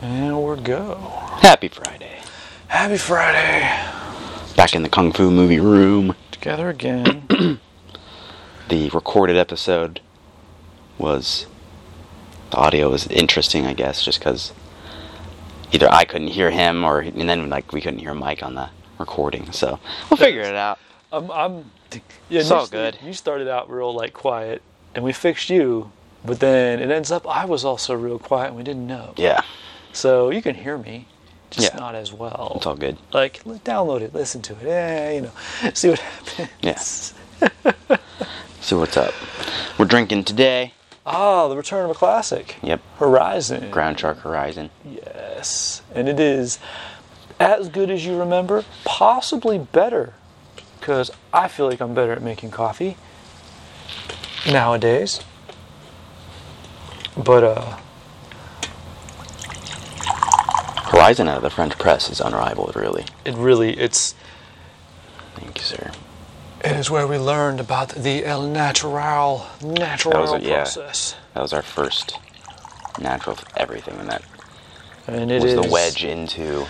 And we're go. Happy Friday. Happy Friday. Back in the Kung Fu movie room. Together again. The recorded episode was. The audio was interesting, I guess, just because either I couldn't hear him or. And then, like, we couldn't hear Mike on the recording, so we'll figure it out. I'm. I'm yeah, It's you all st- good. You started out real like quiet, and we fixed you. But then it ends up I was also real quiet, and we didn't know. Yeah, So you can hear me, just Yeah. not as well. it's all good. Like li- download it, listen to it, eh, you know, see what happens. See what's up. We're drinking today. Ah, the return of a classic. Yep. Horizon. Ground Shark Horizon. Yes, and it is as good as you remember, possibly better, because I feel like I'm better at making coffee nowadays. But uh, Horizon out of the French press is unrivaled, really. it really it's Thank you, sir. it is where we learned about the El Natural natural That was it, yeah. process, That was our first natural f- everything, and that and it was is the wedge into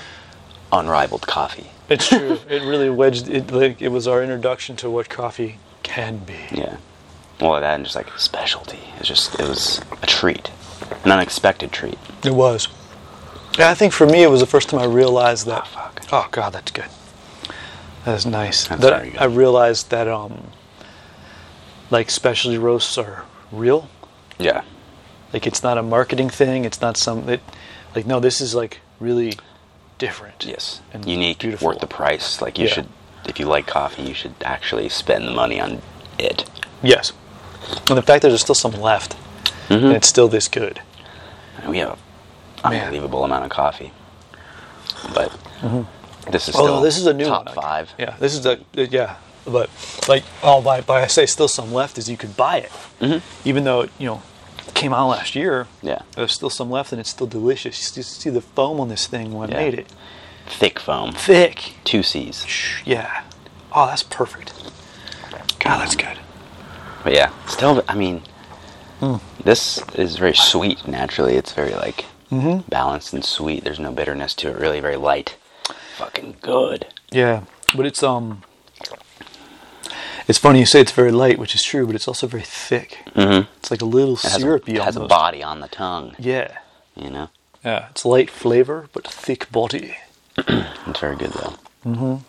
unrivaled coffee. It's true. it really wedged. It like it was our introduction to what coffee can be. Yeah. Well, that and just like specialty. It's just it was a treat, an unexpected treat. It was. And I think for me, it was the first time I realized that. Ah, fuck. Oh God, that's good. That is nice. That's that very good. I realized that um, like specialty roasts are real. Yeah. Like it's not a marketing thing. It's not some. It, like no, this is like really different. Yes. And Unique, beautiful. worth the price. Like you Yeah. should, if you like coffee, you should actually spend the money on it. Yes. And the fact that there's still some left, Mm-hmm. and it's still this good. And we have an Man. unbelievable amount of coffee, but this is Mm-hmm. Although still Oh, this is a new top one. like- five. Yeah, this is a yeah, but like all by by I say still some left is you could buy it, even though it, you know came out last year. Mm-hmm. Yeah. there's still some left and it's still delicious. You see, see the foam on this thing when Yeah. I made it, Thick foam, thick. two C's. Yeah. Oh, that's perfect. God, that's good. But yeah, still, I mean, Hmm. this is very sweet naturally. It's very like Mm-hmm. balanced and sweet. There's no bitterness to it. Really, very light. Fucking good. Yeah, but it's um. It's funny you say it's very light, which is true, but it's also very thick. Mm-hmm. It's like a little It has, syrupy a, it has a almost. body on the tongue. Yeah, You know, yeah. It's light flavor but thick body, it's very good though.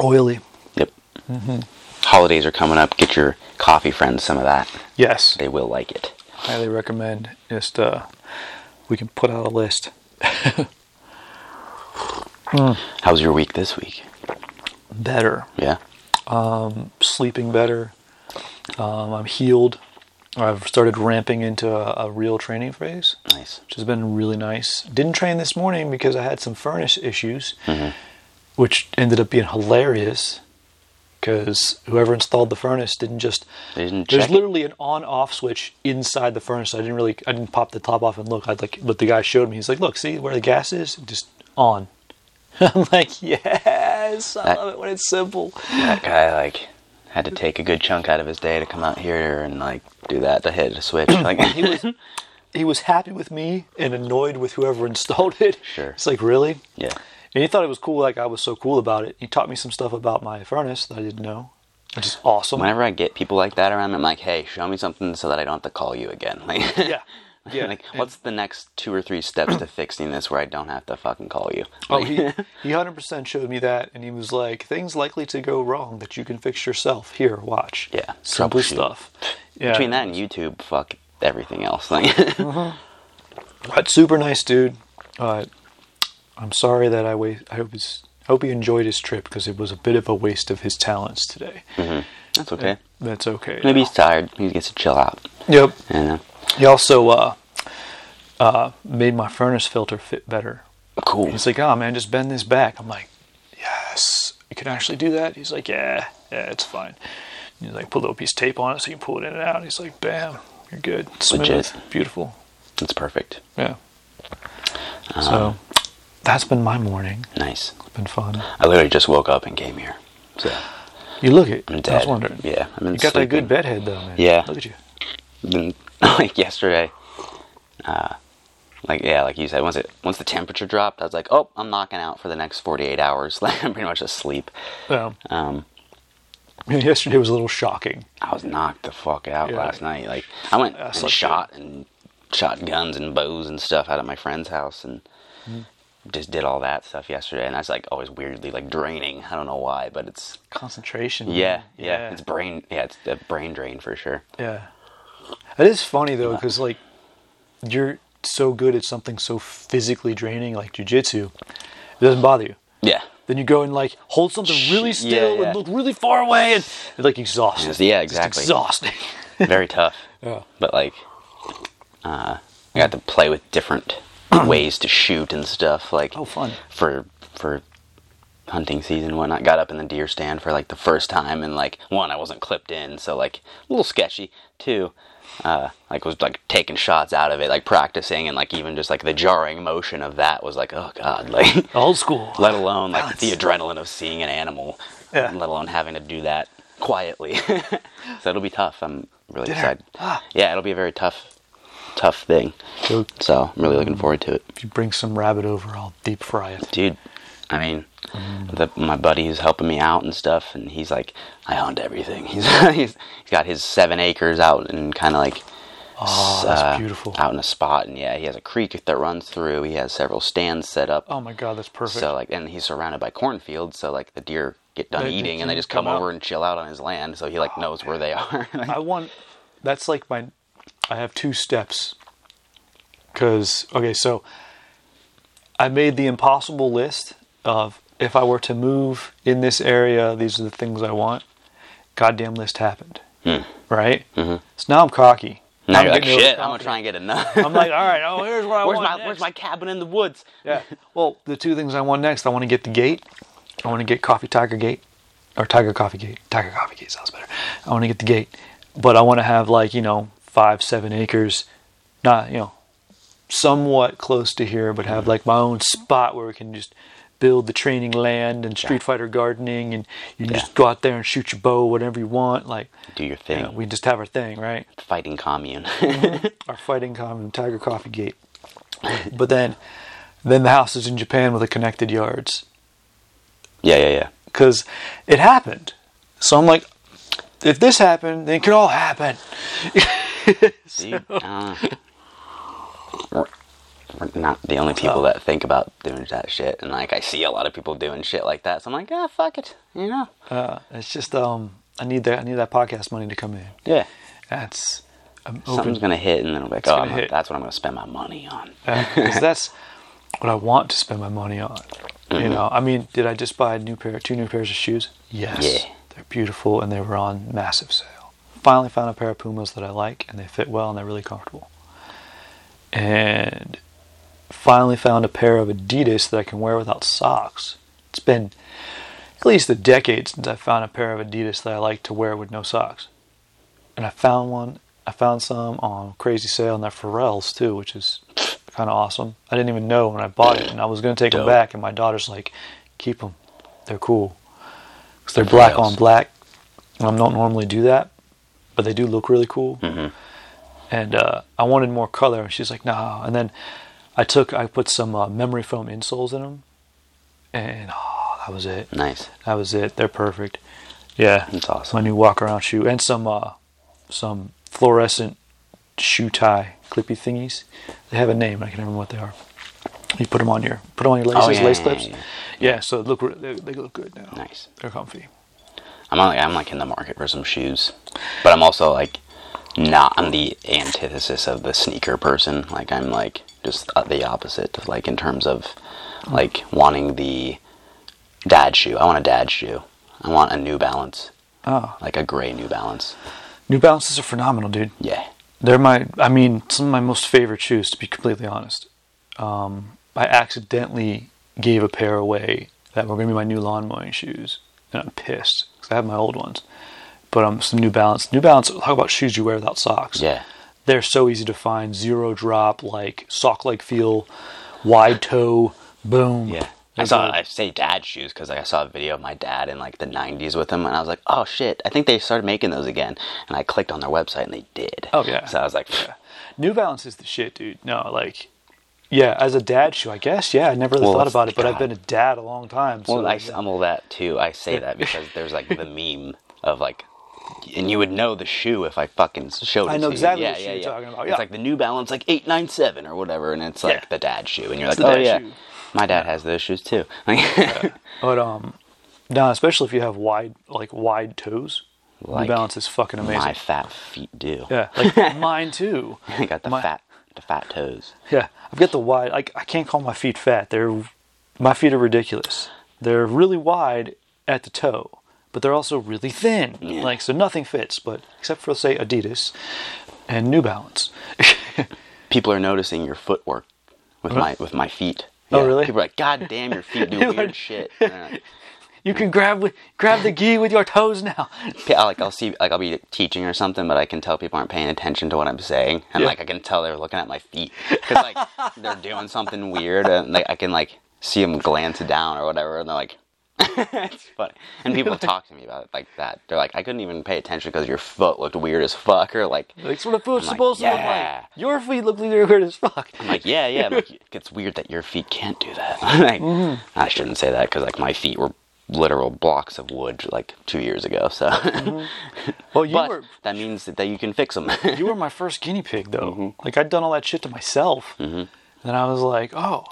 oily. Yep. Mm-hmm. Holidays are coming up. Get your coffee friends some of that. Yes, They will like it. highly recommend. Just uh, we can put out a list. How was your week this week? Better, Yeah. sleeping better. Um, I'm healed. I've started ramping into a, a real training phase, Nice. which has been really nice. Didn't train this morning because I had some furnace issues, which ended up being hilarious. Because whoever installed the furnace didn't just They didn't there's check it? literally an on-off switch inside the furnace. I didn't really I didn't pop the top off and look. I would like but the guy showed me. He's like, look, see where the gas is, just on. I'm like, yes, I That- love it when it's simple. That guy like had to take a good chunk out of his day to come out here and like do that to hit a switch. Like He was he was happy with me and annoyed with whoever installed it. Sure. It's like really. Yeah. And he thought it was cool, like I was so cool about it. He taught me some stuff about my furnace that I didn't know, which is awesome. Whenever I get people like that around, I'm like, hey, show me something so that I don't have to call you again. Like, yeah, yeah. like, what's the next two or three steps to fixing this where I don't have to fucking call you? Oh, Like, he he hundred percent showed me that, and he was like, "Things likely to go wrong that you can fix yourself. Here, watch. Yeah, simple troubleshoot. stuff. Yeah, between that and YouTube, fuck everything else. Like, But super nice dude. Uh, I'm sorry that I wa- I hope he's hope he enjoyed his trip because it was a bit of a waste of his talents today. that's okay. That's okay. Mm-hmm. Maybe he's tired. He gets to chill out. Yep. You know? He also uh, uh, made my furnace filter fit better. uh, Cool. He's like, "Oh man, just bend this back." I'm like, "Yes, you can actually do that." He's like, "Yeah, yeah, it's fine." And he's like, "Put a little piece of tape on it so you can pull it in and out." He's like, "Bam, you're good, smooth, Legit. beautiful." That's perfect. Yeah. Um, so that's been my morning. Nice. It's been fun. I literally just woke up and came here. So, You look it. I'm I dead. was wondering. Yeah, I've been You got that sleeping. good bed head though, man. Yeah. Look at you. then like yesterday, uh, like yeah, like you said, once it once the temperature dropped, I was like, oh, I'm knocking out for the next 48 hours. Like I'm pretty much asleep. Um, Um, and yesterday was a little shocking. I was knocked the fuck out Yeah. last night. Like I went I and slept shot and shot guns and bows and stuff out at my friend's house and Mm-hmm. just did all that stuff yesterday. And that's like always weirdly like draining. I don't know why, but it's Concentration. yeah, yeah, Mm-hmm. yeah. it's brain, yeah, it's a brain drain for sure. Yeah. It is funny though, because like you're so good at something so physically draining, like jujitsu, it doesn't bother you. Yeah, Then you go and like hold something really Shit, still yeah, yeah. and look really far away, and it's like exhausting. Yes, yeah, Just exactly. exhausting. very tough. Yeah. But like, uh, I got to play with different ways to shoot and stuff. Like, Oh, fun. for for hunting season and whatnot. Got up in the deer stand for like the first time, and like one, I wasn't clipped in, so like a little sketchy. Two, uh, like was like taking shots out of it, like practicing, and like even just like the jarring motion of that was like, oh god, like. Old school. Let alone like the Balance. adrenaline of seeing an animal, Oh, Yeah. let alone having to do that quietly. so it'll be tough. I'm really Dinner. excited. Ah. Yeah, it'll be a very tough, tough thing. So So I'm really looking forward to it, if you bring some rabbit over, I'll deep fry it. dude. I mean, the, my buddy who's helping me out and stuff, and he's like, I hunt everything. He's he's, he's got his seven acres out and kind of like. Oh, s- that's uh, beautiful. Out in a spot, and yeah, he has a creek that runs through. He has several stands set up. Oh my god, that's perfect. So like, and he's surrounded by cornfields. So like, the deer get done They- they eating, and they can just come, come Oh, over out. and chill out on his land. So he like knows where they are. Like, I want. That's like my. I have two steps. Cause okay, so I made the impossible list of if I were to move in this area, these are the things I want. Goddamn list happened, right? Mm-hmm. So now I'm cocky. Hmm. now you're like, getting shit, I'm gonna overconfident. try and get another. I'm like, all right, oh, here's what I where's want. my next. where's my cabin in the woods? Yeah. Well, the two things I want next, I want to get the gate. I want to get Coffee Tiger Gate or Tiger Coffee Gate. Tiger Coffee Gate sounds better. I want to get the gate, but I want to have like you know five, seven acres, not you know, somewhat close to here, but have like my own spot where we can just build the training land and Street Fighter gardening, and you can Yeah. just go out there and shoot your bow, whatever you want. Like, Do your you thing. know, we just have our thing, right? Fighting commune. our fighting common Tiger Coffee Gate. But then, then the house is in Japan with the connected yards yeah, yeah, yeah. because it happened. So I'm like, if this happened, then it could all happen. Dude, uh, we're, we're not the only people that think about doing that shit, and like I see a lot of people doing shit like that. So I'm like, ah, fuck it, you know? Uh, it's just um, I need that I need that podcast money to come in. Yeah. That's I'm Something's open gonna hit, and then I'm like, oh, gonna I'm gonna- hit. that's what I'm gonna spend my money on. because that's what I want to spend my money on. You know, I mean, did I just buy a new pair, two new pairs of shoes? Yes, Yeah. they're beautiful and they were on massive sale. Finally found a pair of Pumas that I like and they fit well and they're really comfortable. And finally found a pair of Adidas that I can wear without socks. It's been at least a decade since I found a pair of Adidas that I like to wear with no socks. And I found one. I found some on crazy sale, and they're Pharrell's too, which is kind of awesome. I didn't even know when I bought it, and I was gonna take them Dope. back, and my daughter's like, "Keep them. They're cool. Cause they're black on Pharrell's. black. And I don't normally do that, but they do look really cool. Mm-hmm. And uh, I wanted more color, and she's like, "Nah." And then I took, I put some uh, memory foam insoles in them, and oh, that was it. Nice. That was it. They're perfect. Yeah, That's my awesome. new walk around shoe and some uh, some fluorescent shoe tie clippy thingies. They have a name. I can't remember what they are. You put them on your put 'em on your Oh, laces, yeah, lace yeah, clips. yeah, Yeah, so look re- they, they look good now. Nice. They're comfy. I'm like I'm like in the market for some shoes, but I'm also like not. I'm the antithesis of the sneaker person. Like I'm like just uh, the opposite. Like in terms of like wanting the dad shoe. I want a dad shoe. I want a New Balance, Oh, like a gray New Balance. New Balances are phenomenal, dude. Yeah, They're my, I mean, some of my most favorite shoes, to be completely honest. Um, I accidentally gave a pair away that were going to be my new lawn mowing shoes, and I'm pissed because I have my old ones. But um, some New Balance. New Balance, talk about shoes you wear without socks. yeah. They're so easy to find, zero drop, like sock like feel, wide toe, boom. Yeah. I saw I say dad shoes because like I saw a video of my dad in like the 90s with them, and I was like, oh shit, I think they started making those again. And I clicked on their website, and they did. Oh, yeah. So I was like, New Balance is the shit, dude. No, like Yeah, as a dad shoe, I guess. Yeah, I never really Well, thought it's- about it, but I've God. been a dad a long time. So Well, I, am all that too. I say that because there's like the meme of like, and you would know the shoe if I fucking showed it I know to you. exactly yeah, what shoe yeah, you're yeah. talking about, yeah. It's like the New Balance, like eight nine seven or whatever, and it's like Yeah. the dad shoe, and you're It's like, the oh dad yeah, shoe. my dad has those shoes too. but um, no, especially if you have wide like wide toes, Like the balance is fucking amazing. my fat feet do. Yeah, like mine too. I got the My- fat, the fat toes. Yeah, I've got the wide. Like I can't call my feet fat. They're my feet are ridiculous. They're really wide at the toe, but they're also really thin. Yeah. Like so, nothing fits. But except for say Adidas and New Balance. People are noticing your footwork with my with my feet. Oh, Yeah. really? People are like, God damn, your feet do weird shit. And I'm like, you can grab with- grab the gi with your toes now. Yeah, like I'll see, like I'll be teaching or something, but I can tell people aren't paying attention to what I'm saying, and Yeah. like I can tell they're looking at my feet because like they're doing something weird, and like I can like see them glance down or whatever, and they're like, it's funny. And people talk to me about it like that. They're like, I couldn't even pay attention because your foot looked weird as fuck, or like, That's what a foot's like, supposed to look "Yeah." like. Your feet look weird as fuck. I'm like, yeah, yeah. I'm like, it's weird that your feet can't do that. like, Mm-hmm. I shouldn't say that because like my feet were literal blocks of wood like two years ago, so. Mm-hmm. Well, you But were that means that, that you can fix them. you were my first guinea pig though. Mm-hmm. Like I'd done all that shit to myself. Mm-hmm. Then I was like, oh,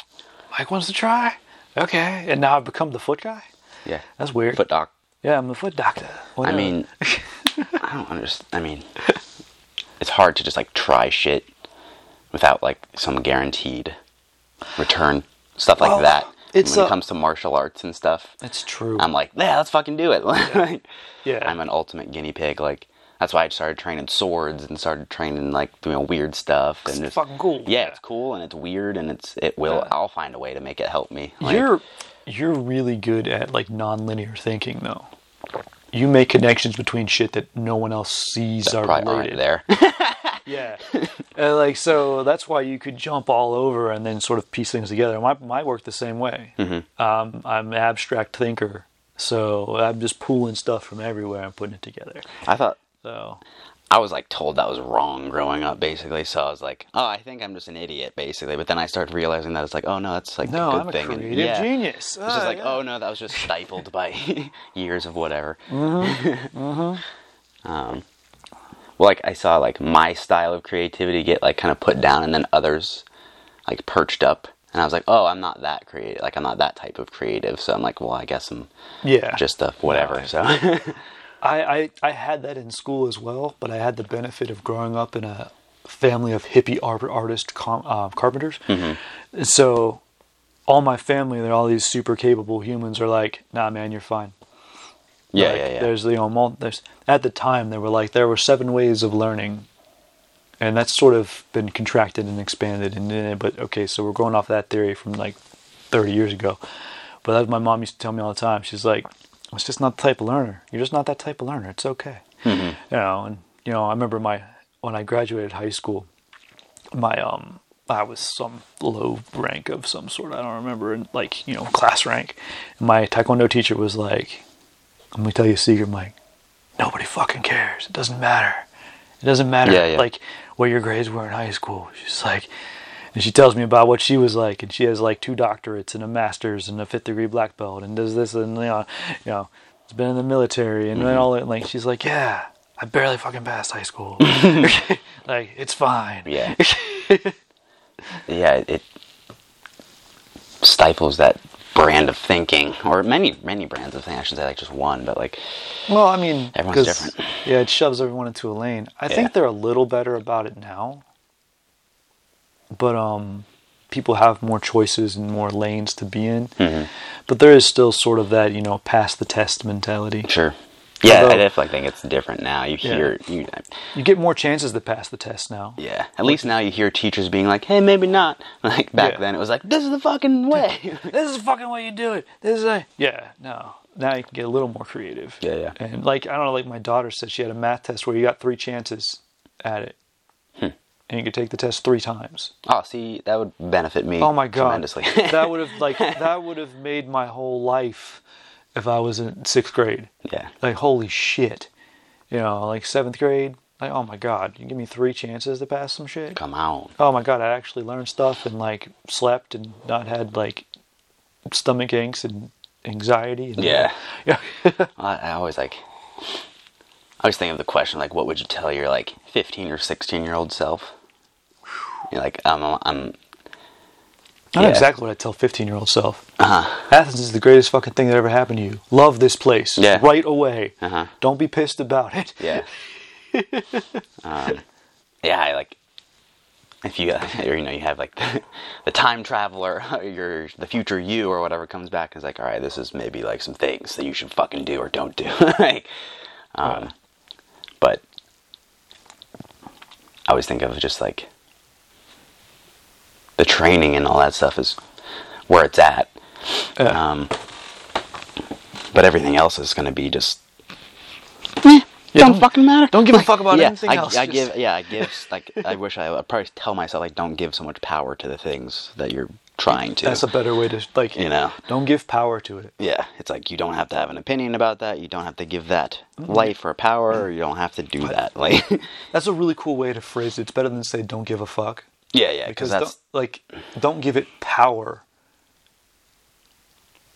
Mike wants to try. Okay, and now I've become the foot guy. yeah. That's weird. Foot doc. yeah, I'm the foot doctor. I Whatever. mean, I don't understand. I mean, it's hard to just like try shit without like some guaranteed return, stuff like Well, that. Oh, it's when a- it comes to martial arts and stuff, it's true. I'm like, yeah, let's fucking do it. Like, Yeah. I'm an ultimate guinea pig. Like, that's why I started training swords and started training like doing weird stuff. And it's fucking cool. Yeah, it's cool and it's weird and it's it will. Yeah. I'll find a way to make it help me. Like, you're you're really good at like nonlinear thinking though. You make connections between shit that no one else sees are probably related. aren't there. Yeah. and like so that's why you could jump all over and then sort of piece things together. My my work the same way. Mm-hmm. Um, I'm an abstract thinker, so I'm just pulling stuff from everywhere and putting it together. I thought So I was like told that was wrong growing up, basically. So I was like, oh, I think I'm just an idiot, basically. But then I started realizing that it's like, oh no, that's like no, a good I'm a thing. and- creative yeah. genius. It's just Ah, like, yeah. oh no, that was just stifled by years of whatever. Mm-hmm. Mm-hmm. um, well, like I saw like my style of creativity get like kind of put down, and then others like perched up, and I was like, oh, I'm not that creative. Like I'm not that type of creative. So I'm like, well, I guess I'm Ah, yeah. just a whatever. So I, I I had that in school as well, but I had the benefit of growing up in a family of hippie art, artist com, uh, carpenters. Mm-hmm. So all my family, they're all these super capable humans. Are like, nah, man, you're fine. yeah, Like, yeah, yeah. There's the you know, mul- there's at the time they were like there were seven ways of learning, and that's sort of been contracted and expanded. And eh, but okay, so we're going off that theory from like 30 years ago. But that's what my mom used to tell me all the time. She's like, "It's just not the type of learner. You're just not that type of learner. It's okay." Mm-hmm. You know, and you know, I remember my when I graduated high school, my um. I was some low rank of some sort. I don't remember, and like you know, class rank. And my taekwondo teacher was like, let me tell you a secret, Mike. Nobody fucking cares. It doesn't matter. It doesn't matter. Yeah, yeah. Like what your grades were in high school. She's like, and she tells me about what she was like, and she has like two doctorates and a master's and a fifth degree black belt, and does this and you know, you know, has been in the military and then Mm-hmm. all that. Like she's like, yeah, I barely fucking passed high school. like it's fine. Yeah. yeah, it, it stifles that brand of thinking, or many, many brands of thinking. I shouldn't say like just one, but like, Well, I mean, 'cause- Everyone's different. Yeah, it shoves everyone into a lane. I Yeah. think they're a little better about it now, but um, people have more choices and more lanes to be in. Mm-hmm. But there is still sort of that you know pass the test mentality. sure. Yeah, I Although- definitely think it's different now. You Yeah. hear, you, You get more chances to pass the test now. yeah. At least now you hear teachers being like, "Hey, maybe not." Like back Yeah. then, it was like, "This is the fucking way." This is the fucking way you do it. This is a yeah. No, now you can get a little more creative. Yeah, yeah. And like I don't know, like my daughter said, she had a math test where you got three chances at it, Hmm. and you could take the test three times. oh, see, that would benefit me. Oh my god, tremendously. that would have like that would have made my whole life if I was in sixth grade. yeah, Like holy shit, you know, like seventh grade, Like, oh my God, you give me three chances to pass some shit. Come on. Oh my God, I actually learned stuff and like slept and not had like stomach aches and anxiety. And, Yeah. Yeah. I, I always like. I always think of the question like, what would you tell your like 15 or 16 year old self? You're like, I'm, I'm, I know Yeah. Uh-huh. exactly what I tell 15 year old self. Athens is the greatest fucking thing that ever happened to you. Love this place Yeah. right away. Uh-huh. Don't be pissed about it. yeah. um, yeah, I like. If you, or, you know, you have like the, time traveler, or your the future you, or whatever comes back, and is like, all right, this is maybe like some things that you should fucking do or don't do. like, um, but I always think of just like the training and all that stuff is where it's at. Yeah. Um, but everything else is going to be just Yeah, don't, fucking matter. Don't give a fuck about yeah, anything I, else. I Just- give. Yeah, I give. Like I wish I. I probably tell myself like don't give so much power to the things that you're trying to. That's a better way to like. You know. Don't give power to it. yeah, it's like you don't have to have an opinion about that. You don't have to give that Mm-hmm. life or power. Or you don't have to do that. Like, That's a really cool way to phrase it. It's better than say don't give a fuck yeah, yeah, because because that's don't, like don't give it power.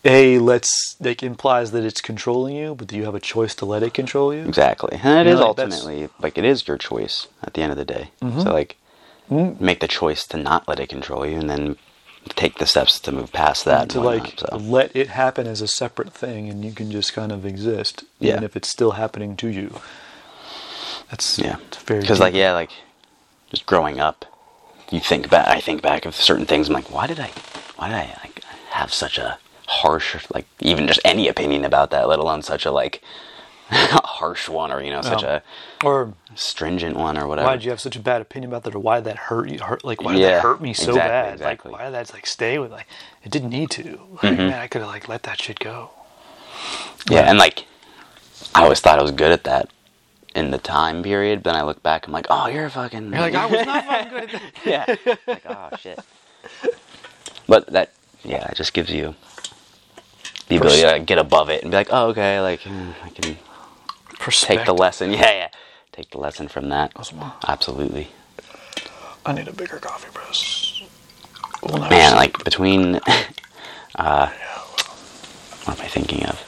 A let's like implies that it's controlling you, but do you have a choice to let it control you? exactly, and it Yeah, is like, that's- Mm-hmm. ultimately like it is your choice at the end of the day. So like, make the choice to not let it control you, and then take the steps to move past that. and to whatnot, like so. let it happen as a separate thing, and you can just kind of exist, even Yeah. if it's still happening to you. That's Yeah, it's very because like deep. yeah, like just growing up, you think back. I think back of certain things. I'm like, why did I, why did I like have such a harsh like even just any opinion about that, let alone such a like harsh one or you know such Yeah. a or stringent one or whatever. why did you have such a bad opinion about that or why that hurt you hurt like why did Yeah, that hurt me so exactly, bad exactly. Mm-hmm. like why did that like stay with like it didn't need to like man i could have like let that shit go yeah, and like I always thought I was good at that in the time period. But then I look back, I'm like, oh, you're a fucking. you're like i was not fucking good at that yeah. Like, oh shit. But that, yeah, it just gives you the ability to like, get above it and be like, oh okay, like hmm, I can Perspect. take the lesson. Yeah, yeah, take the lesson from that. Awesome. Absolutely, i need a bigger coffee press Well, now man. it's- Like between, uh, what am I thinking of?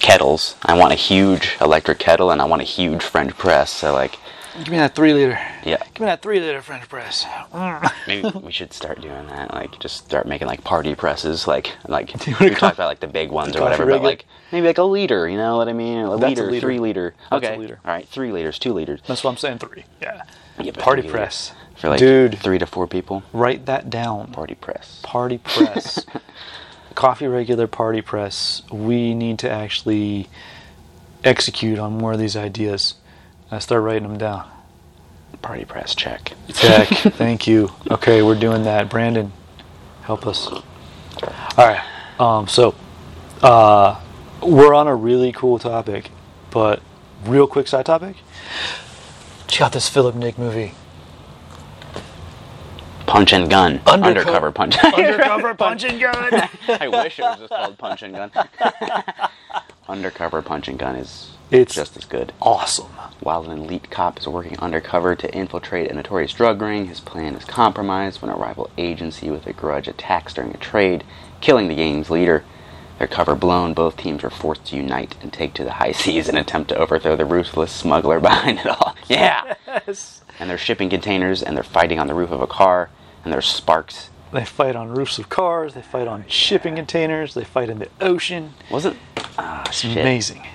Kettles. I want a huge electric kettle and I want a huge French press. So like, give me that three liter yeah, give me that three liter french press Mm. Maybe we should start doing that. Like, just start making like party presses. Like, like we wanna call- talk about like the big ones or coffee whatever. regular? But like maybe like a liter. You know what I mean? A That's a liter, liter. three liter. That's a okay, liter. All right, three liters, two liters. that's what i'm saying three yeah Yeah, but party three liters press for like dude three to four people. write that down Party press. party press coffee regular party press we need to actually execute on more of these ideas i start writing them down Party press. Check. tech thank you okay we're doing that brandon help us all right um, so uh, we're on a really cool topic but real quick side topic check out this philip nick movie Punch and gun. Underco- Undercover punch. undercover punch and gun I wish it was just called punch and gun. undercover punch and gun is It's- just as good. awesome While an elite cop is working undercover to infiltrate a notorious drug ring, his plan is compromised when a rival agency with a grudge attacks during a trade, killing the gang's leader. Their cover blown, both teams are forced to unite and take to the high seas in an attempt to overthrow the ruthless smuggler behind it all. Yeah! and they're shipping containers, and they're fighting on the roof of a car, and there's sparks. They fight on roofs of cars. They fight on shipping containers. They fight in the ocean. Wasn't. Ah, It's shit. amazing.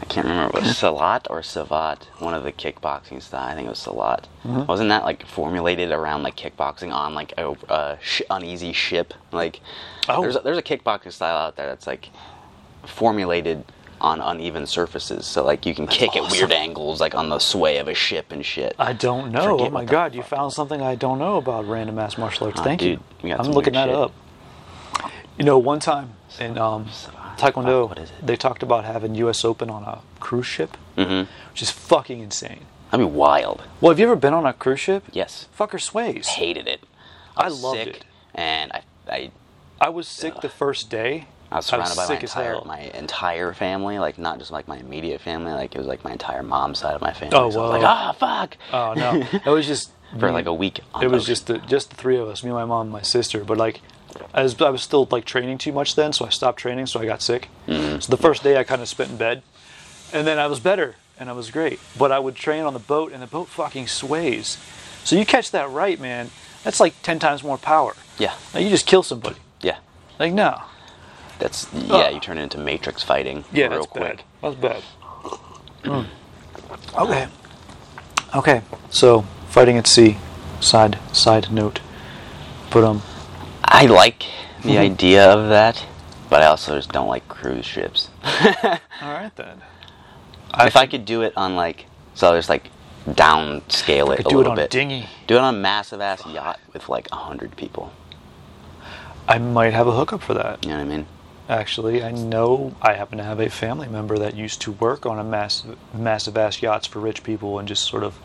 I can't remember. Was Salat or Savat? One of the kickboxing style. I think it was Salat. Mm-hmm. Wasn't that like formulated around like kickboxing on like a, a sh- uneasy ship? Like, Oh. there's a, there's a kickboxing style out there that's like formulated on uneven surfaces. So like you can kick at weird angles, like on the sway of a ship and shit. I don't know. Forget oh my what the god, you fuck- found something I don't know about random ass martial arts. Oh, Thank dude, we you. got I'm some looking weird that shit. up. You know, one time in um, Taekwondo, What is it? they talked about having U.S. Open on a cruise ship, Mm-hmm. which is fucking insane. That'd be wild. Well, have you ever been on a cruise ship? Yes, Fucker sways. hated it. I was loved sick, it. and I I I was sick the first day, I was surrounded by my sick as entire, hell. my entire family, like not just like my immediate family, like it was like my entire mom's side of my family. Oh, so I was like, whoa. ah, fuck. Oh no, it was just For like a week. on It was ocean. just the just the three of us, me, my mom, and my sister. But like, I was I was still like training too much then, so I stopped training, so I got sick. Mm-hmm. So the first day I kind of spent in bed, and then I was better and I was great. But I would train on the boat, and the boat fucking sways. So you catch that right, man. That's like ten times more power. Yeah. Now you just kill somebody. Yeah. Like no, That's yeah. Ugh. You turn it into Matrix fighting. Oh. yeah, real that's quick. Mm. bad. That's bad. Okay, okay. So fighting at sea. Side side note, but um. I like Mm-hmm. the idea of that, but I also just don't like cruise ships. All right then. if I could do it on like, so I'll just like downscale it could a do it little on a bit. dinghy. Do it on a massive ass yacht with like a hundred people. I might have a hookup for that. You know what I mean? Actually, I know I happen to have a family member that used to work on a massive, massive ass yachts for rich people and just sort of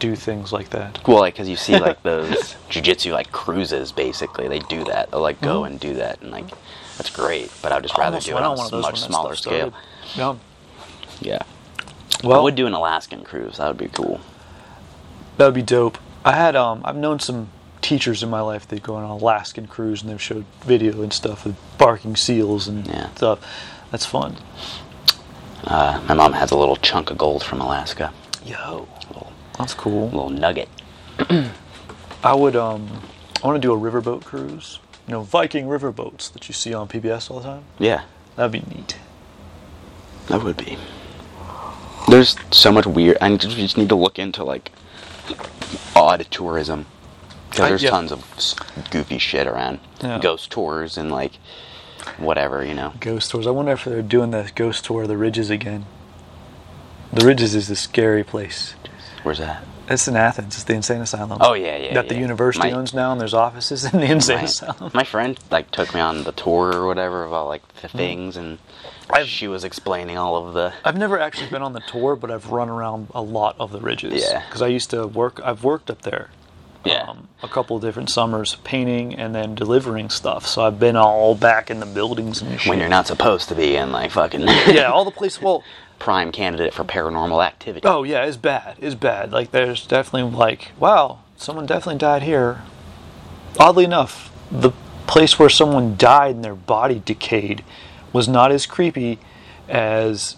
do things like that. Well, like, cause you see like those jujitsu like cruises, basically they do that. They'll like go and do that, and like that's great. But I'd just rather Mm-hmm. Almost do went those it on a much when that smaller stuff scale. started. No. Yeah, Well, I would do an Alaskan cruise. That would be cool. that would be dope. I had um, I've known some teachers in my life that go on an Alaskan cruise and they've showed video and stuff of barking seals and Yeah. stuff. That's fun. Uh, my mom has a little chunk of gold from Alaska, Yo, a little, that's cool. little nugget. I would um I want to do a riverboat cruise. You know, Viking riverboats that you see on PBS all the time. Yeah, That'd be neat. that would be. There's so much weird. I just, we just need to look into like odd tourism. 'Cause I- there's yeah. tons of s- goofy shit around. Yeah. Ghost tours and like whatever, you know. Ghost tours. I wonder if they're doing the ghost tour of the ridges again. The ridges is a scary place. Where's that? It's in Athens. It's the insane asylum. Oh, yeah, yeah, That the yeah. university My- owns now, and there's offices in the insane my, asylum. my friend like took me on the tour or whatever of all like the things and I've- she was explaining all of the I've never actually been on the tour, but I've run around a lot of the ridges. Yeah. Because I used to work. I've worked up there. um, yeah a couple of different summers painting and then delivering stuff. So I've been all back in the buildings and shit. when you're not supposed to be in like fucking yeah, all the place. Well, prime candidate for paranormal activity oh yeah, it's bad. It's bad. Like there's definitely like wow, someone definitely died here. Oddly enough, the place where someone died and their body decayed was not as creepy as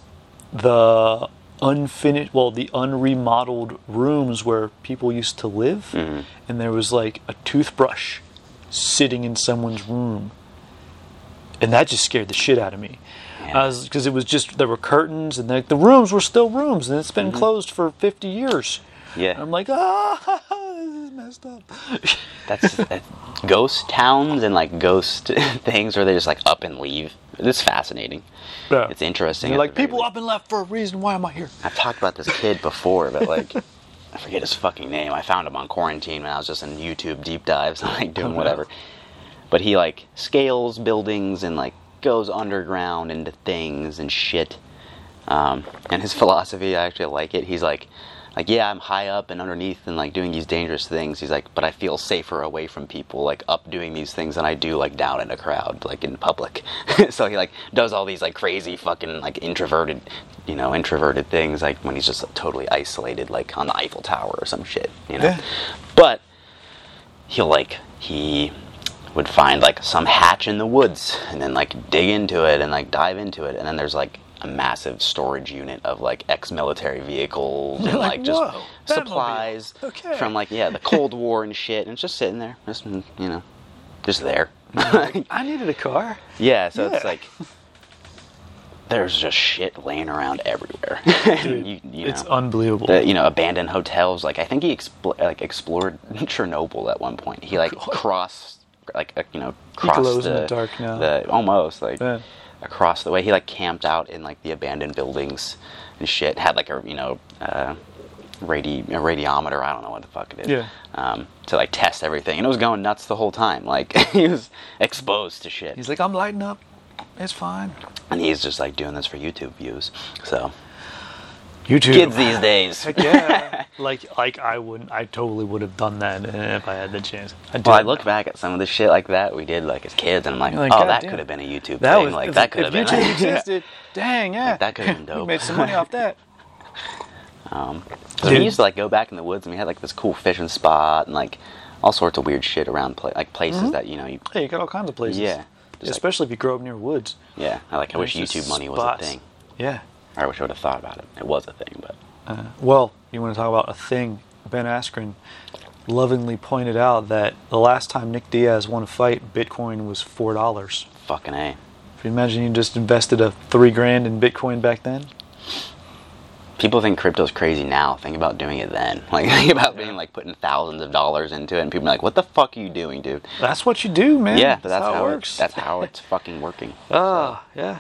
the unfinished well the unremodeled rooms where people used to live Mm-hmm. and there was like a toothbrush sitting in someone's room and that just scared the shit out of me because it was just there were curtains and the, the rooms were still rooms and it's been closed for 50 years Mm-hmm. yeah and i'm like ah this is messed up that's, that's ghost towns and like ghost things where they just like up and leave it's fascinating Yeah. it's interesting They're at like the very people least. up and left for a reason why am i here I've talked about this kid before, but like, I forget his fucking name. I found him on quarantine when I was just in YouTube deep dives, like doing whatever. But he like scales buildings and like goes underground into things and shit. Um, and his philosophy, I actually like it. He's like, like yeah, I'm high up and underneath and like doing these dangerous things. He's like, but I feel safer away from people like up doing these things than I do like down in a crowd, like in public. so he like does all these like crazy fucking like introverted, you know, introverted things like when he's just totally isolated, like on the Eiffel Tower or some shit, you know. Yeah. But he'll like he would find like some hatch in the woods and then like dig into it and like dive into it and then there's like a massive storage unit of like ex-military vehicles and Like, like, just whoa, Batmobile. supplies Okay. from like yeah the cold war and shit and it's just sitting there just you know just there i needed a car yeah so it's Yeah. like there's just shit laying around everywhere You- you it's know unbelievable the you know abandoned hotels. Like I think he expl- like explored Chernobyl at one point. He like crossed like uh, you know crossed glows in the dark now. the- almost like Yeah. across the way. He like camped out in like the abandoned buildings and shit. Had like a you know uh, radi a radiometer. I don't know what the fuck it is. Yeah. Um, to like test everything, and it was going nuts the whole time. Like he was exposed to shit, he's like i'm lighting up it's fine and he's just like doing this for YouTube views. So You too. Kids these days. Heck yeah. like like I wouldn't. I totally would have done that if I had the chance. I Well, I look back at some of the shit like that we did like as kids, and I'm like, You're like, oh, "God that damn." could have been a YouTube That thing. was like if- that could have been. if YouTube existed. Dang, yeah. that could've been We dope. made some money off that. Um, so we Dude. used to like go back in the woods, and we had like this cool fishing spot, and like all sorts of weird shit around, pla- like places Mm-hmm. that you know, you, Hey, you got all kinds of places. Yeah. Just Especially if you grow up near woods. yeah. I like. I wish There's just YouTube money spots. was a thing. Yeah. Or I wish I would have thought about it. It was a thing, but Well, you want to talk about a thing? Ben Askren lovingly pointed out that the last time Nick Diaz won a fight, Bitcoin was four dollars. fucking a. If you imagine you just invested a three grand in Bitcoin back then, People think crypto's crazy now. Think about doing it then. Like think about being like putting thousands of dollars into it, and people be like, "What the fuck are you doing, dude?" that's what you do, man. Yeah, but that's, how, it works. It, that's how it's fucking working. Ah, yeah.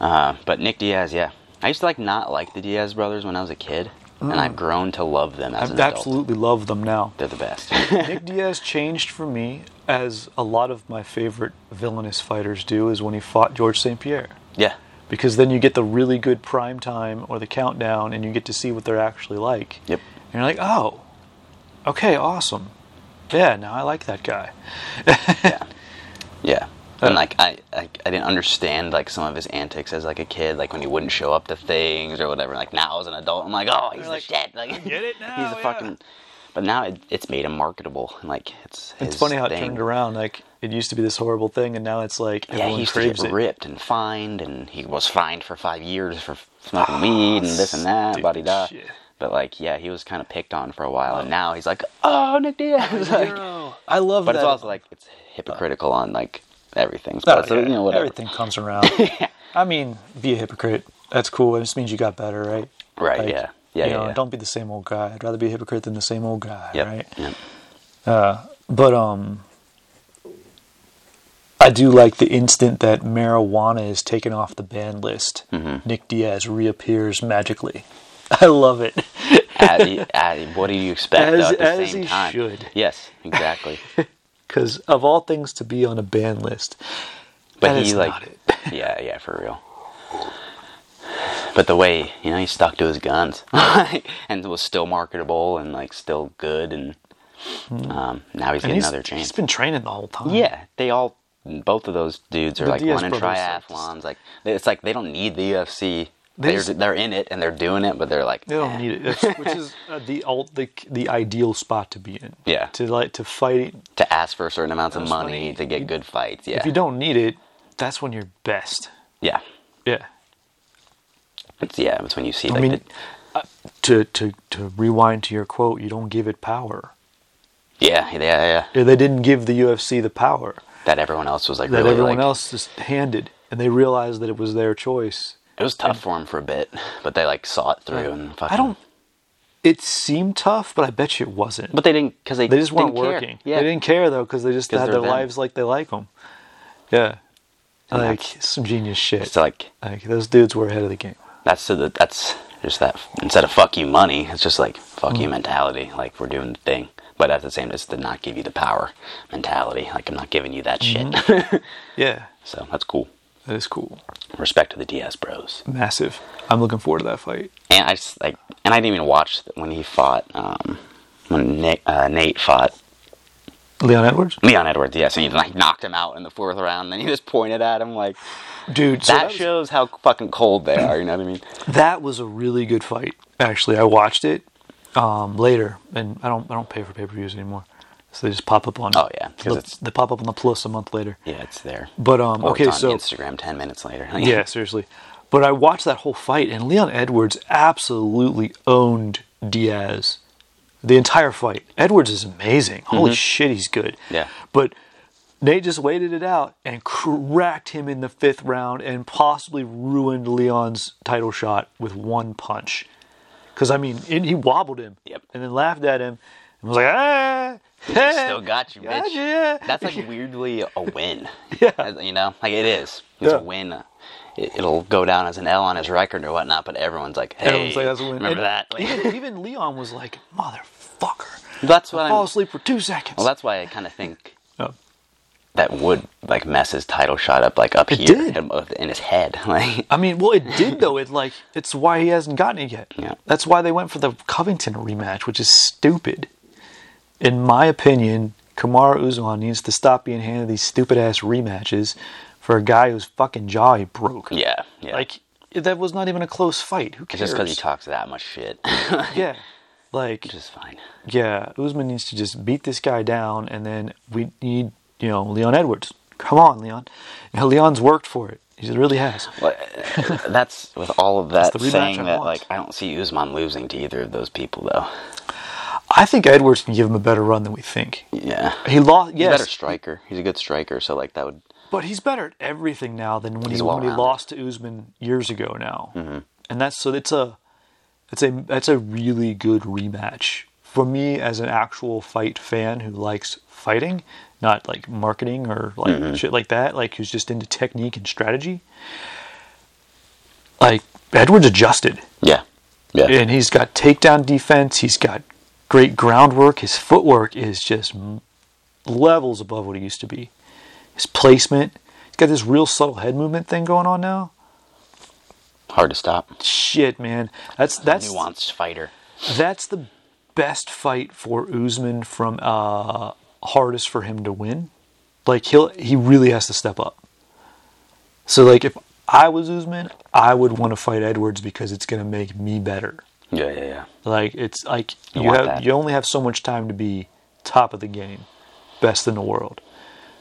Uh, but Nick Diaz, yeah, I used to like not like the Diaz brothers when I was a kid, and Oh. I've grown to love them as I an adult. absolutely love them now. They're the best. Nick Diaz changed for me as a lot of my favorite villainous fighters do is when he fought George St. Pierre. yeah, Because then you get the really good prime time or the countdown and you get to see what they're actually like. Yep. And you're like, oh, okay, awesome. Yeah, now I like that guy. yeah. Uh. And like I, I, I didn't understand like some of his antics as like a kid, like when he wouldn't show up to things or whatever. Like now as an adult, I'm like, oh, he's You're the like, shit. Like get it now, He's a yeah. fucking. But now it, it's made him marketable, and like it's. It's his funny how it thing. turned around. Like, it used to be this horrible thing, and now it's like Yeah, everyone he used to craves get it. ripped and fined, and he was fined for five years for smoking weed and this and that, dude, blah da. Ah, shit. But like, yeah, he was kind of picked on for a while, and now he's like, oh, Nick Diaz. like- Yo, I love but that. it's also like it's hypocritical on like everything. But so, you know whatever. Everything comes around. I mean, be a hypocrite. That's cool. It just means you got better, right? Right, yeah. Yeah, you yeah, know, yeah. Don't be the same old guy. I'd rather be a hypocrite than the same old guy, Yep, right? yep. But um, I do like the instant that marijuana is taken off the ban list. Mm-hmm. Nick Diaz reappears magically. I love it. At the- at- what do you expect? though, As- at the as same he time? should. Yes, exactly. Because of all things to be on a ban list, But That he is like, not it. yeah, yeah, for real. But the way you know he stuck to his guns, and was still marketable and like still good, and um, now Hmm. and he's getting he's- another chance. he's been training the whole time. yeah, they all, both of those dudes are The like Diaz running brothers are just- triathlons. Like it's like they don't need the UFC. They They are just- they're in it and they're doing it, but they're like, They "Eh." don't need it, That's- which is uh, the, alt, the the ideal spot to be in. Yeah. to like to fight. to ask for certain amounts of That's funny. money to get good fights. Yeah, If you don't need it, that's when you're best. yeah, Yeah, it's, yeah. It's when you see I like mean, the, uh, to to to rewind to your quote, you don't give it power. yeah, yeah, yeah, Yeah, They didn't give the UFC the power that everyone else was like that really everyone like, else just handed, and they realized that it was their choice. It was tough for him for a bit, but they like saw it through and fucking. I don't. It seemed tough, but I bet you it wasn't. But they didn't because they they just weren't didn't care. working. Yeah, They didn't care though because they just 'Cause had they're their them. lives like they like them. Yeah, And like that's- some genius shit. It's like Like those dudes were ahead of the game. that's to the that's just that instead of fuck you money, it's just like fuck Mm. you mentality. Like we're doing the thing, but at the same, it's to not give you the power mentality. Like I'm not giving you that shit. Mm-hmm. Yeah, so that's cool. that is cool. Respect to the DS Bros. Massive. I'm looking forward to that fight. and I just like, and I didn't even watch when he fought, um, when Nate, uh, Nate fought Leon Edwards, Leon Edwards. Yes, and he like knocked him out in the fourth round. And then he just pointed at him like dude. So that that, was, shows how fucking cold they are. You know what I mean? that was a really good fight. Actually, I watched it um, later, and I don't I don't pay for pay per views anymore, so they just pop up on. Oh, yeah, 'cause the- it's- they pop up on the plus a month later. Yeah, it's there. But um, Or okay, it's on so Instagram ten minutes later. yeah, seriously. But I watched that whole fight, and Leon Edwards absolutely owned Diaz the entire fight. Edwards is amazing. Holy shit, he's good. Mm-hmm. Yeah. But Nate just waited it out and cracked him in the fifth round and possibly ruined Leon's title shot with one punch. Because, I mean, and he wobbled him Yep. and then laughed at him and was like, ah, They still got you, bitch. Gotcha. That's like weirdly a win. Yeah. As- You know, like it is. It's Yeah. a win. It, it'll go down as an L on his record or whatnot, but everyone's like, hey, Everyone's like, that's a win. remember And that? Like, even, even Leon was like, motherfucker. that's what I I'm. fall asleep for two seconds. Well, that's why I kind of think Oh. that would like mess his title shot up like up It here did. in- uh, in his head. Like I mean, well, it did though. It like it's why he hasn't gotten it yet. Yeah. That's why they went for the Covington rematch, which is stupid. In my opinion, Kamara Uzman needs to stop being handed these stupid ass rematches for a guy whose fucking jaw he broke. yeah, yeah. Like that was not even a close fight. Who it's cares? just because he talks that much shit. yeah. Like Just fine. yeah, Usman needs to just beat this guy down, and then we need you know Leon Edwards. Come on, Leon. You know, Leon's worked for it. He really has. Well, uh, that's with all of that the rematch saying I that want. like I don't see Usman losing to either of those people though. I think Edwards can give him a better run than we think. Yeah. He lost, He's a better yes, striker. He's a good striker, so like that would but he's better at everything now than when, he, He's when he well-rounded. Mm-hmm. lost to Usman years ago. Now, and that's so it's a, it's a that's a really good rematch for me as an actual fight fan who likes fighting, not like marketing or like Mm-hmm. shit like that. Like who's just into technique and strategy. Like Edwards adjusted. Yeah. Yeah. and he's got takedown defense. He's got great groundwork. His footwork is just m- levels above what he used to be. His placement. He's got this real subtle head movement thing going on now. Hard to stop. Shit, man. That's that's Nuanced fighter. that's the best fight for Usman from uh hardest for him to win. Like he'll he really has to step up. So like if I was Usman, I would want to fight Edwards because it's going to make me better. Yeah, yeah, yeah. Like it's like you, want have that. you only have so much time to be top of the game, best in the world.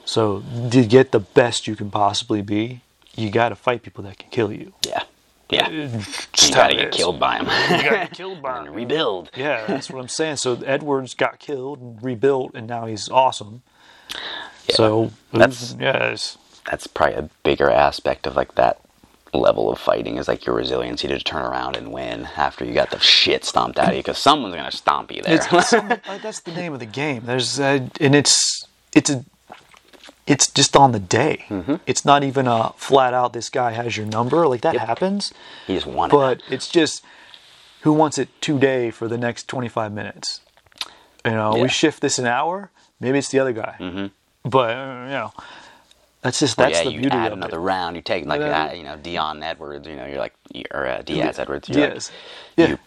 So to get the best you can possibly be, you got to fight people that can kill you. Yeah. Yeah. Just You how Uh, Uh, gotta it get is. killed by him. You got killed by. and rebuild. yeah, that's what I'm saying. So Edwards got killed and rebuilt, and now he's awesome. so that's- yeah, it's, That's probably a bigger aspect of like that level of fighting is like your resiliency to turn around and win after you got the shit stomped out of you because someone's gonna stomp you there. It's, uh, that's the name of the game. There's uh, and it's it's a it's just on the day. Mm-hmm. It's not even a flat out. This guy has your number. Like that happens, you just won. it. but it's just who wants it today for the next 25 minutes. You know, Yeah. we shift this an hour. Maybe it's the other guy. But uh, you know, that's just Well, that's yeah, the you beauty add of another it. round. You take like Yeah. uh, you know Dion Edwards. You know you're like or uh, Diaz Edwards. You're Diaz. Yeah. Like, Uh, You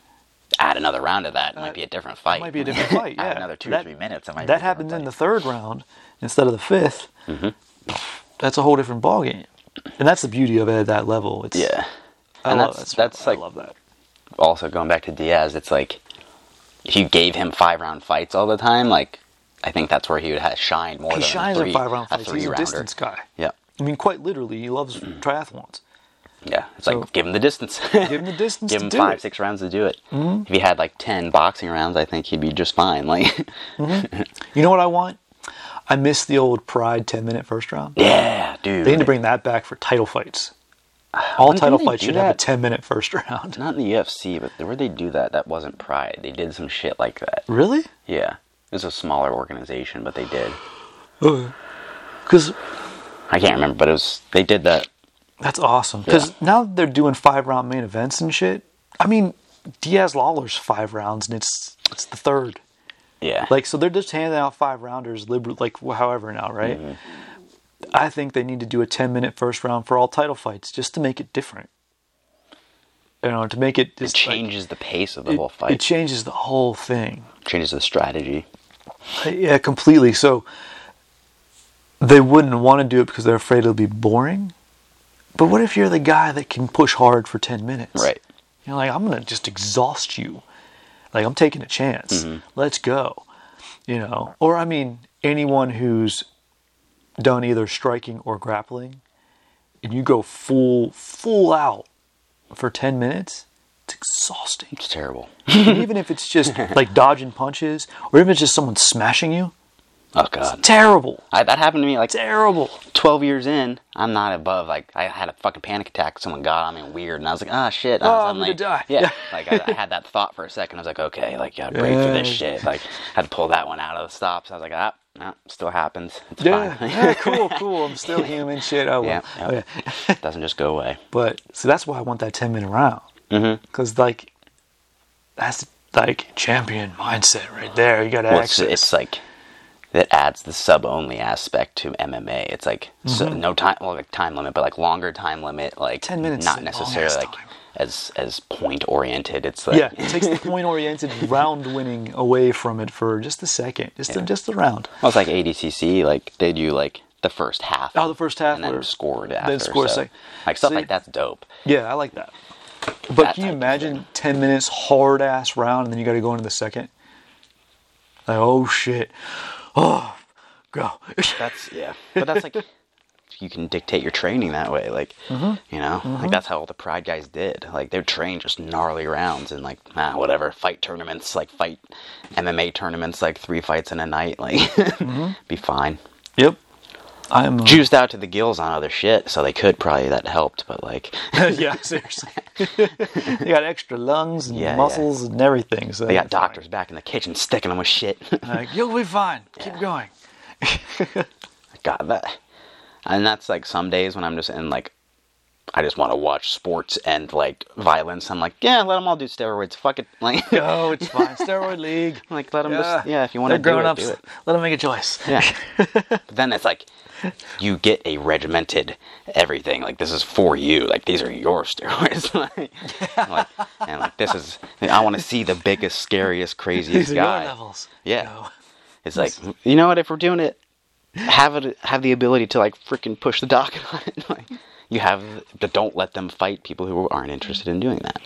add another round to that. It might be a different fight. might be a different fight. add Yeah, another two That- or three minutes. It might be a that different happens in fight. Mm-hmm. the third round instead of the 5th That's a whole different ballgame, and that's the beauty of it at that level. It's, yeah. I and love, that's that's that's I like love that. also going back to Diaz. It's like if you gave him five round fights all the time, like I think that's where he would have shined more. He than shines a three, in five round fights. A three He's a rounder. distance guy. Yeah, I mean, quite literally, he loves Mm-hmm. triathlons. yeah. It's So- like give him the distance. Give him the distance give to him do five, it. Mm-hmm. six rounds to do it. If he had like ten boxing rounds, I think he'd be just fine. Like, You know what I want? I miss the old Pride ten minute first round. yeah, dude. They need to bring that back for title fights. All When did title they fights do should have a that? ten minute first round. Not in the UFC, but where they do that, that wasn't Pride. They did some shit like that. Really? Yeah, it was a smaller organization, but they did. Because I can't remember, but it was they did that. That's awesome. Because now that they're doing five round main events and shit. I mean, Diaz Lawler's five rounds and it's it's the third. Yeah, Like so, they're just handing out five rounders, liber- like wh- however now, right? I think they need to do a ten minute first round for all title fights just to make it different. You know, to make it it just like- changes the pace of the it- whole It fight. changes the whole thing. changes the strategy. Yeah, completely. So they wouldn't want to do it because they're afraid it'll be boring. But what if you're the guy that can push hard for 10 minutes? Right. You're like, I'm going to just exhaust you. Like, I'm taking a chance. Mm-hmm. Let's go. You know, or I mean, anyone who's done either striking or grappling and you go full, full out for 10 minutes, it's exhausting. It's terrible. And even if it's just like dodging punches, or even if it's just someone smashing you, Oh god, terrible, I, that happened to me like terrible. 12 years in. I'm not above like I had a fucking panic attack. Someone got on me weird, and I was like, ah shit. I Oh, was- I'm gonna like, die. Yeah, Yeah. like I, I had that thought for a second. I was like, okay, like gotta break through this shit. Like had to pull that one out of the stops. I was like, ah, no, still happens. It's Yeah, fine. yeah, "Ah, cool, cool. I'm still human. Shit, oh well. Yeah, yeah. Oh, yeah. doesn't just go away. But so that's why I want that 10 minute round. Mm-hmm. Because like, that's like champion mindset right there. You got to Well, it's, access. it's like that adds the sub only aspect to MMA. It's like so Mm-hmm. no time, well, like time limit, but like longer time limit, like 10 minutes is not a long-ass necessarily like time. as as point oriented. It's like Yeah, it takes the point oriented round winning away from it for just a second, just a, just a round. Well, it's like ADCC. Like they do like the first half. Oh, the first half and then where- scored then after. score so, sec- like stuff See? like that's dope. Yeah, I like that. But That can you type of imagine 10 minutes hard ass round and then you got to go into the second? Like, oh shit. Oh, go. That's yeah, but that's like you can dictate your training that way. Like you know, like that's how all the Pride guys did. Like they would train just gnarly rounds and like ah, whatever fight tournaments, like fight MMA tournaments, like three fights in a night, like be fine. yep. I'm. Uh, Juiced out to the gills on other shit, so they could probably that helped, but like yeah, seriously. they got extra lungs and Yeah, yeah. muscles and everything. So they got doctors back in the kitchen sticking them with shit. Like, you'll be fine. Keep going. God, that, and that's like some days when I'm just in like, I just want to watch sports and like violence. I'm like, yeah, let them all do steroids. Fuck it, like, No, Oh, it's fine. Steroid league. like let them just yeah. If you want They're to do grown it, ups. do it. Let them make a choice. Yeah. But then it's like, you get a regimented everything. Like this is for you. Like these are your steroids. like, and, like, and like this is. I want to see the biggest, scariest, craziest These are guy. your levels. Yeah. No. It's like you know what? If we're doing it, have it have the ability to like freaking push the docket on it. like, you have, but don't let them fight people who aren't interested in doing that.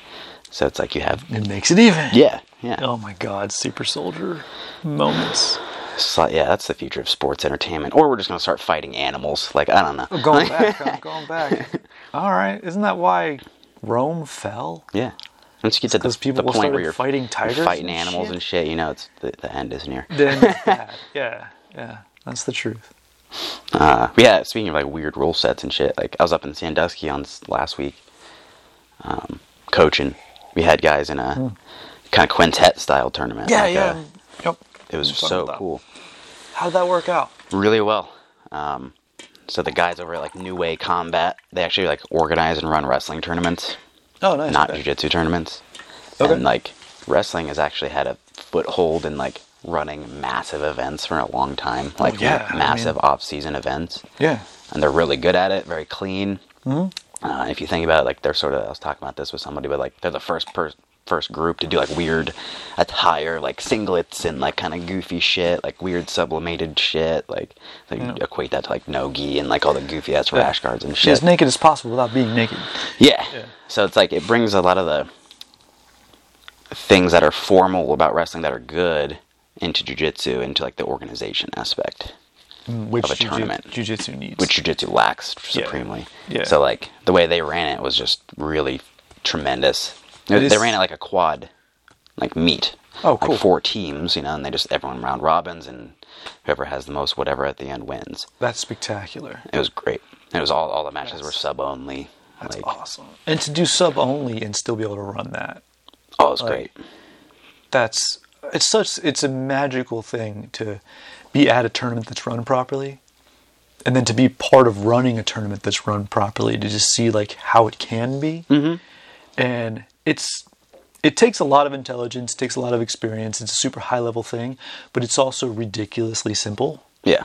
So it's like you have, It makes it even. yeah, yeah, Oh my God, super soldier moments. So, yeah. That's the future of sports entertainment. Or we're just gonna start fighting animals. Like I don't know. Going back, I'm going back. All right, isn't that why Rome fell? Yeah. Once you get to the, 'cause people the point started where you're fighting tigers you're fighting and shit. animals Hmm. and shit, you know, it's the, the end is near. Then it's bad. yeah, yeah, that's the truth. Uh, but yeah, speaking of like weird rule sets and shit, like I was up in Sandusky on s- last week, um, coaching. We had guys in a kind of quintet style tournament. Hmm. Yeah, like, yeah. uh, yep. it was I'm talking so about. cool, How did that work out? really well. Um, so the guys over at like New Way Combat, they actually like organize and run wrestling tournaments, Oh, nice. not Okay. jujitsu tournaments. Okay. And like wrestling has actually had a foothold in like running massive events for a long time, like Oh, yeah, I mean- massive off-season events Yeah. and they're really good at it, very clean. Mm-hmm. Uh, if you think about it, like they're sort of, I was talking about this with somebody, but like they're the first per- first group to do like weird attire, like singlets and like kind of goofy shit, like weird sublimated shit. Like they equate that to like nogi and like all the goofy ass rash guards and Be shit. as naked as possible without being naked. Yeah. Yeah. So it's like it brings a lot of the things that are formal about wrestling that are good into jujitsu, into like the organization aspect. Which Of a jiu- tournament. jujitsu needs. which jiu-jitsu lacks Yeah. supremely. Yeah. So like the way they ran it was just really tremendous. They, It they is- ran it like a quad, like meet. Oh, like cool. four teams, you know, and they just everyone round robins, and whoever has the most whatever at the end wins. That's spectacular. It was great. It was all all the matches were That's- sub only. That's like, awesome. And to do sub only and still be able to run that. Oh, it was great. that's it's such it's a magical thing to be at a tournament that's run properly and then to be part of running a tournament that's run properly to just see like how it can be Mm-hmm. and it's it takes a lot of intelligence takes a lot of experience it's a super high level thing but it's also ridiculously simple Yeah.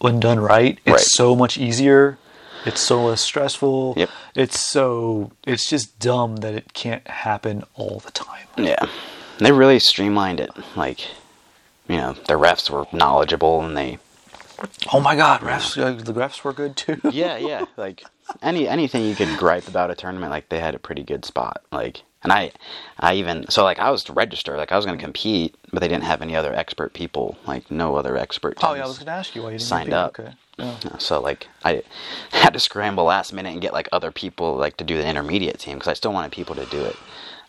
when done right, it's Right. so much easier. It's so less stressful. Yep. It's so it's just dumb that it can't happen all the time. Yeah. They really streamlined it. Like, you know, the refs were knowledgeable and they Oh my God, refs! uh, The refs were good too. yeah, yeah. Like any anything you could gripe about a tournament, like they had a pretty good spot. Like, and I, I even so like I was to register, like I was going to compete, but they didn't have any other expert people, like no other expert. Oh yeah, I was teams gonna ask you why you didn't signed compete. up. Okay. Yeah. So like I had to scramble last minute and get like other people like to do the intermediate team because I still wanted people to do it,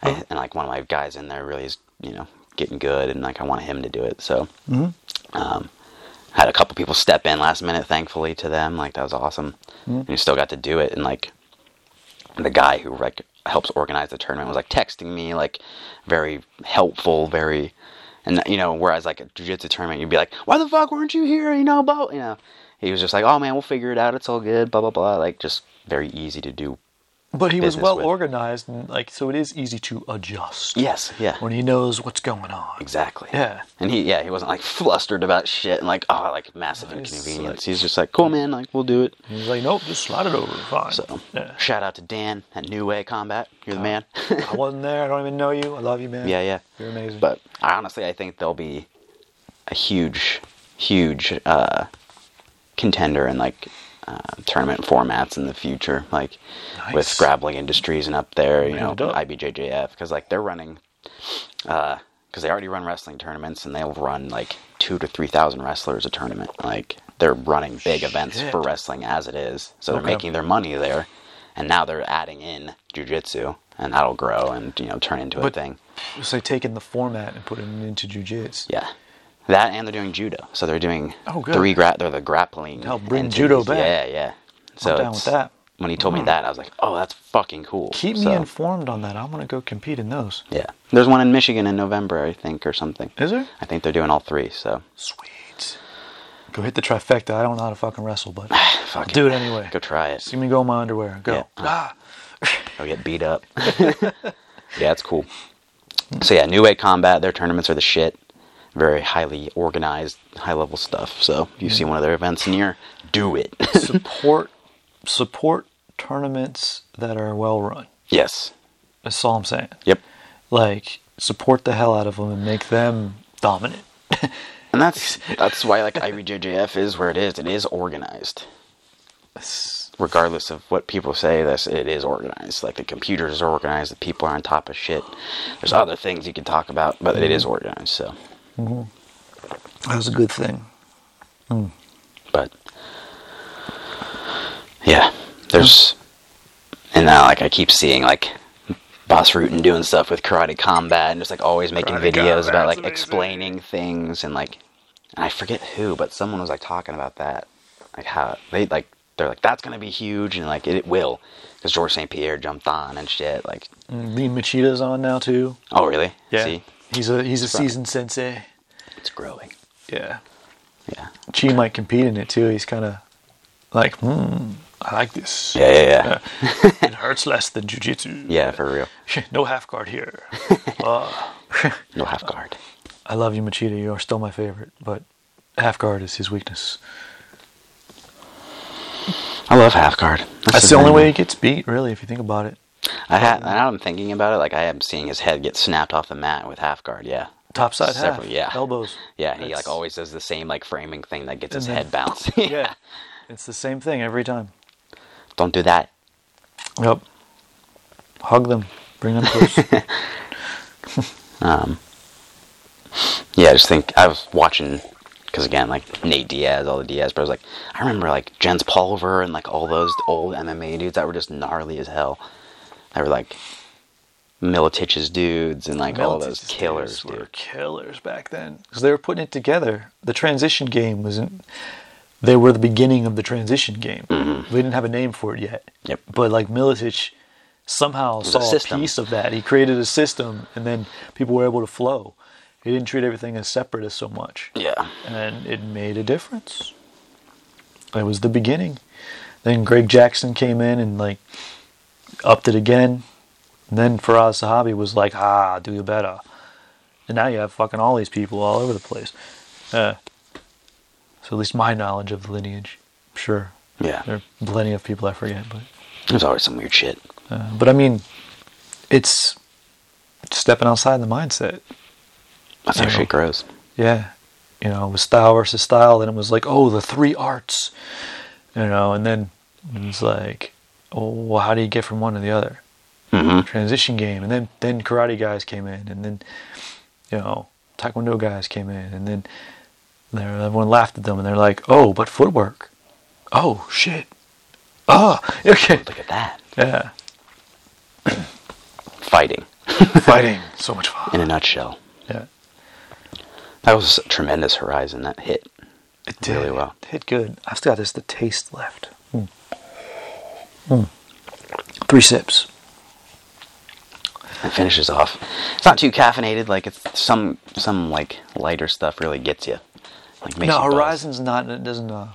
I- and like one of my guys in there really is you know getting good and like I want him to do it. So Mm-hmm. um, had a couple people step in last minute, thankfully to them. Like that was awesome, Mm-hmm. and you still got to do it. And like the guy who like helps organize the tournament was like texting me, like very helpful, very. And you know, whereas like a jiu-jitsu tournament, you'd be like, "Why the fuck weren't you here?" You know, blah. You know, he was just like, "Oh man, we'll figure it out. It's all good." Blah blah blah. Like just very easy to do But he was business well with. organized, and like so, it is easy to adjust. Yes, yeah. When he knows what's going on. Exactly. Yeah. And he, yeah, he wasn't like flustered about shit and like, oh, like massive He's inconvenience. like- He's just like, cool, man, like we'll do it. He's like, nope, just slide it over. Fine. So, Yeah. Uh-huh. shout out to Dan at New Way Combat. You're the man. I wasn't there. I don't even know you. I love you, man. yeah, yeah. You're amazing. But I honestly, I think they'll be a huge, huge uh, contender in like uh, tournament formats in the future, like with Nice. Scrabbling Industries and up there, you Hit know, it up. IBJJF, because like they're running, because they already run wrestling tournaments and they'll run like two to three thousand wrestlers a tournament. Like they're running big events for Shit. wrestling as it is, so they're Okay. making their money there, and now they're adding in jujitsu, and that'll grow and you know turn into a But- thing. it's like taking the format and putting it into jujitsu. Yeah. That and they're doing judo. So they're doing Oh, good. three gra- they're the grappling. Help bring entities. judo back. Yeah, yeah. So down with it's- that. Hmm. When he told me that, I was like, "Oh, that's fucking cool." Keep So, me informed on that. I want to go compete in those. Yeah. There's one in Michigan in November, I think, or something. Is there? I think they're doing all three, so Sweet. Go hit the trifecta. I don't know how to fucking wrestle, but fuck do it anyway. Go try it. see me go in my underwear. Go. Yeah. Ah. Go get beat up. yeah, it's cool. So yeah, New Way Combat, their tournaments are the shit. Very highly organized, high level stuff. So if you see one of their events near, do it. support support tournaments that are well run. yes. That's all I'm saying. Yep. Like support the hell out of them and make them dominant. And that's that's why like IBJJF is where it is. It is organized, regardless of what people say. This it is organized. Like the computers are organized. The people are on top of shit. There's other things you can talk about, but it is organized. So, That was a good thing. but yeah, there's and now like I keep seeing like Boss Rutan doing stuff with Karate Combat and just like always making Karate videos about Combat's like amazing. explaining things and like and I forget who, but someone was like talking about that, like how they like they're like that's gonna be huge and like it, will because George St Pierre jumped on and shit like And Lee Machida's on now too. oh really see He's a he's a right. seasoned sensei. it's growing Yeah. yeah Chi might compete in it too. He's kind of like, hmm, I like this. yeah yeah yeah It hurts less than jujitsu. yeah for real no half guard here. Uh, no half guard I love you, Machida. You are still my favorite, but half guard is his weakness. I love half guard that's, That's the the only thing. way he gets beat, really, if you think about it. I ha- Um, now I'm thinking about it, like I am seeing his head get snapped off the mat with half guard. Yeah. Topside half, Several- yeah. elbows. Yeah, he That's- like always does the same like framing thing that gets his And then- head bounced. Yeah, it's the same thing every time. Don't do that. Yep. Hug them, bring them close. Yeah, I just think I was watching because again, like Nate Diaz, all the Diaz bros. Like I remember like Jens Pulver and like all those old MMA dudes that were just gnarly as hell. They were like Militich's dudes and like all those Melted killers, Steelers were dude. killers back then because they were putting it together. The transition game wasn't. They were the beginning of the transition game. We didn't have a name for it yet. Mm-hmm. Yep. But like Milicic somehow a saw a, system. piece of that. He created a system, and then people were able to flow. He didn't treat everything as separate as so much, Yeah. and it made a difference. That was the beginning. Then Greg Jackson came in and like upped it again. And then Faraz Sahabi was like, ah, do you better. And now you have fucking all these people all over the place. Uh, so at least my knowledge of the lineage, sure. Yeah. There are plenty of people I forget, but There's always some weird shit. uh, but I mean, it's stepping outside the mindset. That's how Yeah. shit grows. Yeah, you know, it was style versus style. Then it was like, oh, the three arts, you know. And then it was like, oh, well, how do you get from one to the other? Mm-hmm. transition game, and then then karate guys came in, and then you know taekwondo guys came in, and then they everyone laughed at them, and they're like, "Oh, but footwork, oh shit, oh okay, Look at that. yeah, Fighting fighting, so much in fun." a nutshell. Yeah, That was a tremendous horizon that hit. it did Really well. Hmm. It hit good. I've still got just the taste left. Mm. Mm. Three sips. It finishes off. It's not too caffeinated. Like it's some some like lighter stuff really gets you. Like makes No, you buzz. Horizon's not. It doesn't. Uh,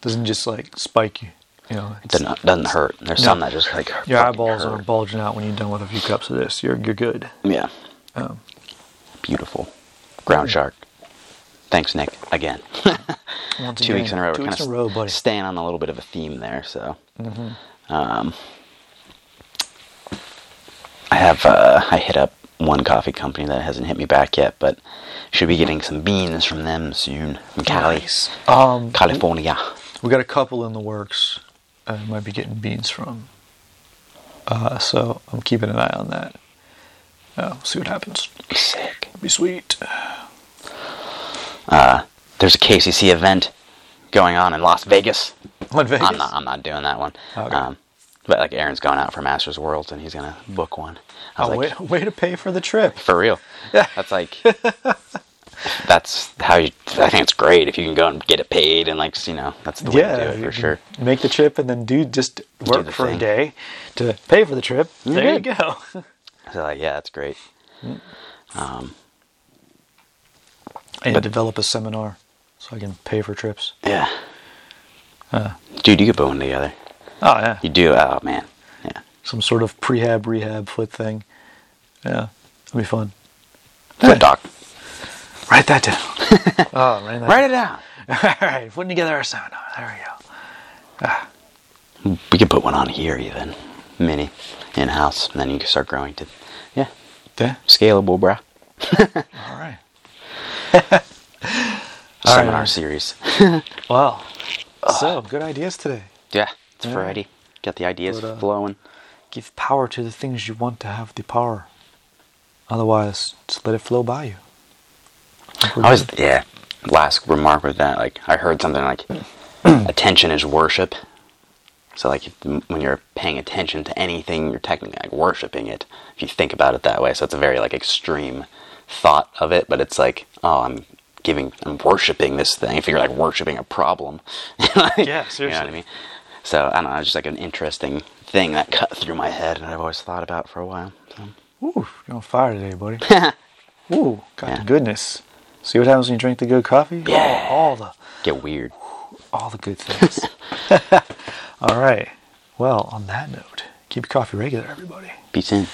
doesn't just like spike you. You know, it's- Doesn't, doesn't hurt. There's No. some that just like your fucking eyeballs hurt. are bulging out when you're done with a few cups of this. You're you're good. Yeah. Um, Beautiful. Ground shark. Thanks, Nick. Again. once Two again, weeks in a row. Two we're weeks in a kinda row, buddy. Mm-hmm. Staying on a little bit of a theme there, so. Um, I have. Uh, I hit up one coffee company that hasn't hit me back yet, but should be getting some beans from them soon from Cali, Nice. Um, California. we got a couple in the works. I might be getting beans from. Uh, so I'm keeping an eye on that. Uh, we'll see what happens. Sick. Be sweet. There's a KCC event going on in Las Vegas. On Vegas. I'm not. I'm not doing that one. Okay. Um, but like Aaron's going out for Masters Worlds and he's gonna book one. I Oh, was like, way, way to pay for the trip. for real. Yeah. That's like. that's how you. I think it's great if you can go and get it paid and like you know that's the way to do it you for can sure. Make the trip and then do just work the for thing. a day to pay for the trip. there you go. So like yeah, that's great. and develop a seminar so I can pay for trips. Yeah. Dude, you could put one together. Oh yeah, You do. Oh man. Yeah. some sort of prehab rehab foot thing. Yeah, it'll be fun. Foot doc. Write that down. oh, write that Write it out. All right, putting together our seminar. There we go. We could put one on here even, mini, in house, and then you can start growing to. Yeah. Yeah. Scalable, bro. All right. All right. Seminar series. Well, so good ideas today. Yeah, it's Yeah. Friday. Got the ideas But, uh, flowing. Give power to the things you want to have the power. Otherwise, just let it flow by you. I was yeah. Last remark with that, like I heard something like, attention is worship. So like if- when you're paying attention to anything, you're technically like worshiping it. If you think about it that way, so it's a very like extreme thought of it, but it's like oh, I'm giving, I'm worshiping this thing. If you're like worshiping a problem, Like, You know what seriously. I mean? So I don't know, it's just like an interesting thing that cut through my head, and I've always thought about for a while. So. Ooh, you're on fire today, buddy. Ooh, got the goodness. See what happens when you drink the good coffee? All- Yeah. All, the Get weird. all the good things. all right. Well, on that note, keep your coffee regular, everybody. Peace in.